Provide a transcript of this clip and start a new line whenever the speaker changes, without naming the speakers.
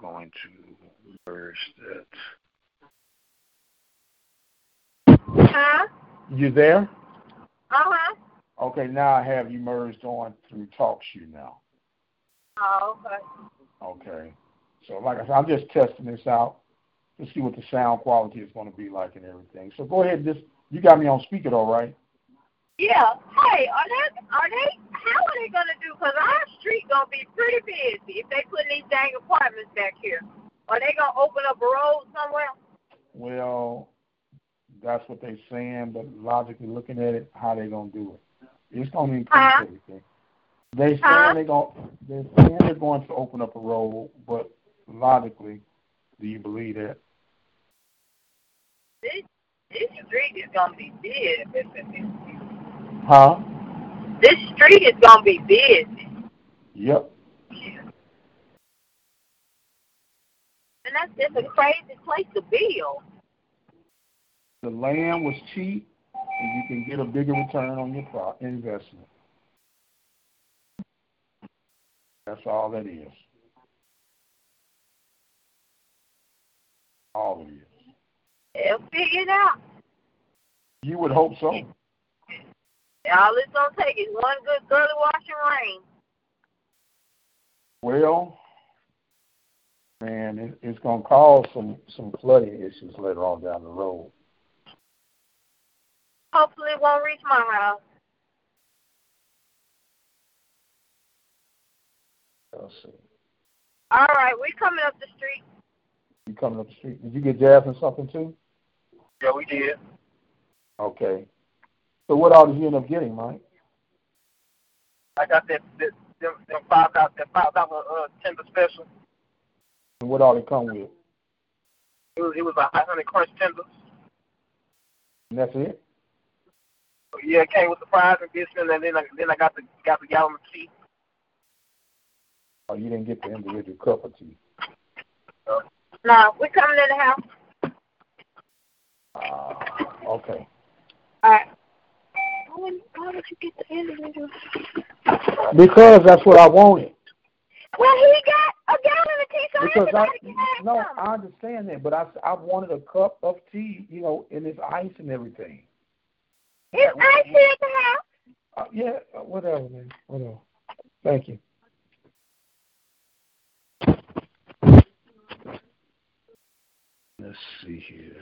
going to, where is that?
Huh?
You there?
Uh-huh.
Okay, now I have you merged on through TalkShoe now.
Oh, okay.
Okay. So like I said, I'm just testing this out to see what the sound quality is going to be like and everything. So go ahead, just you got me on speaker though, right?
Yeah. Hey, are they, are they, how are they going to do, because our street going to be pretty busy if they put these dang apartments back here. Are they going to open up a road somewhere?
Well, that's what they're saying, but logically looking at it, how they gonna do it? It's gonna increase
Huh?
everything. They saying
Huh?
they're going they're saying they're going to open up a road, but logically, do you believe that?
This, this street is going to be busy.
Huh?
This street is going to be busy.
Yep.
And that's just a crazy place to build.
The land was cheap, and you can get a bigger return on your pro- investment. That's all that is. All it is.
They'll figure it out.
You would hope so.
All it's going to take is one good gully wash and rain.
Well, man, it, it's gonna cause some some flooding issues later on down the road.
Hopefully it won't reach my house.
Let's see.
All right, we coming up the street.
You coming up the street? Did you get Jasmine something too?
Yeah, we did.
Okay. So what all did you end up getting, Mike?
I got that, that them, them five dollar, that five dollar uh, tender special.
And what all did it come with?
It was, it was a hot honey crunch tender.
And that's it.
So, yeah, it came with the fries and biscuits, and then I, then I got the got the gallon of tea.
Or Oh, you didn't get the individual cup of tea?
No, we coming to the house.
Ah, okay.
All right. Why would, why would you get the individual?
Because that's what I wanted.
Well, he got a gallon of tea, so
Because I
everybody can have
no,
some.
I understand that, but I I wanted a cup of tea, you know, and it's ice and everything.
It's ice here at the house.
Uh, yeah, uh, whatever, man. Whatever. Thank you. Let's see here.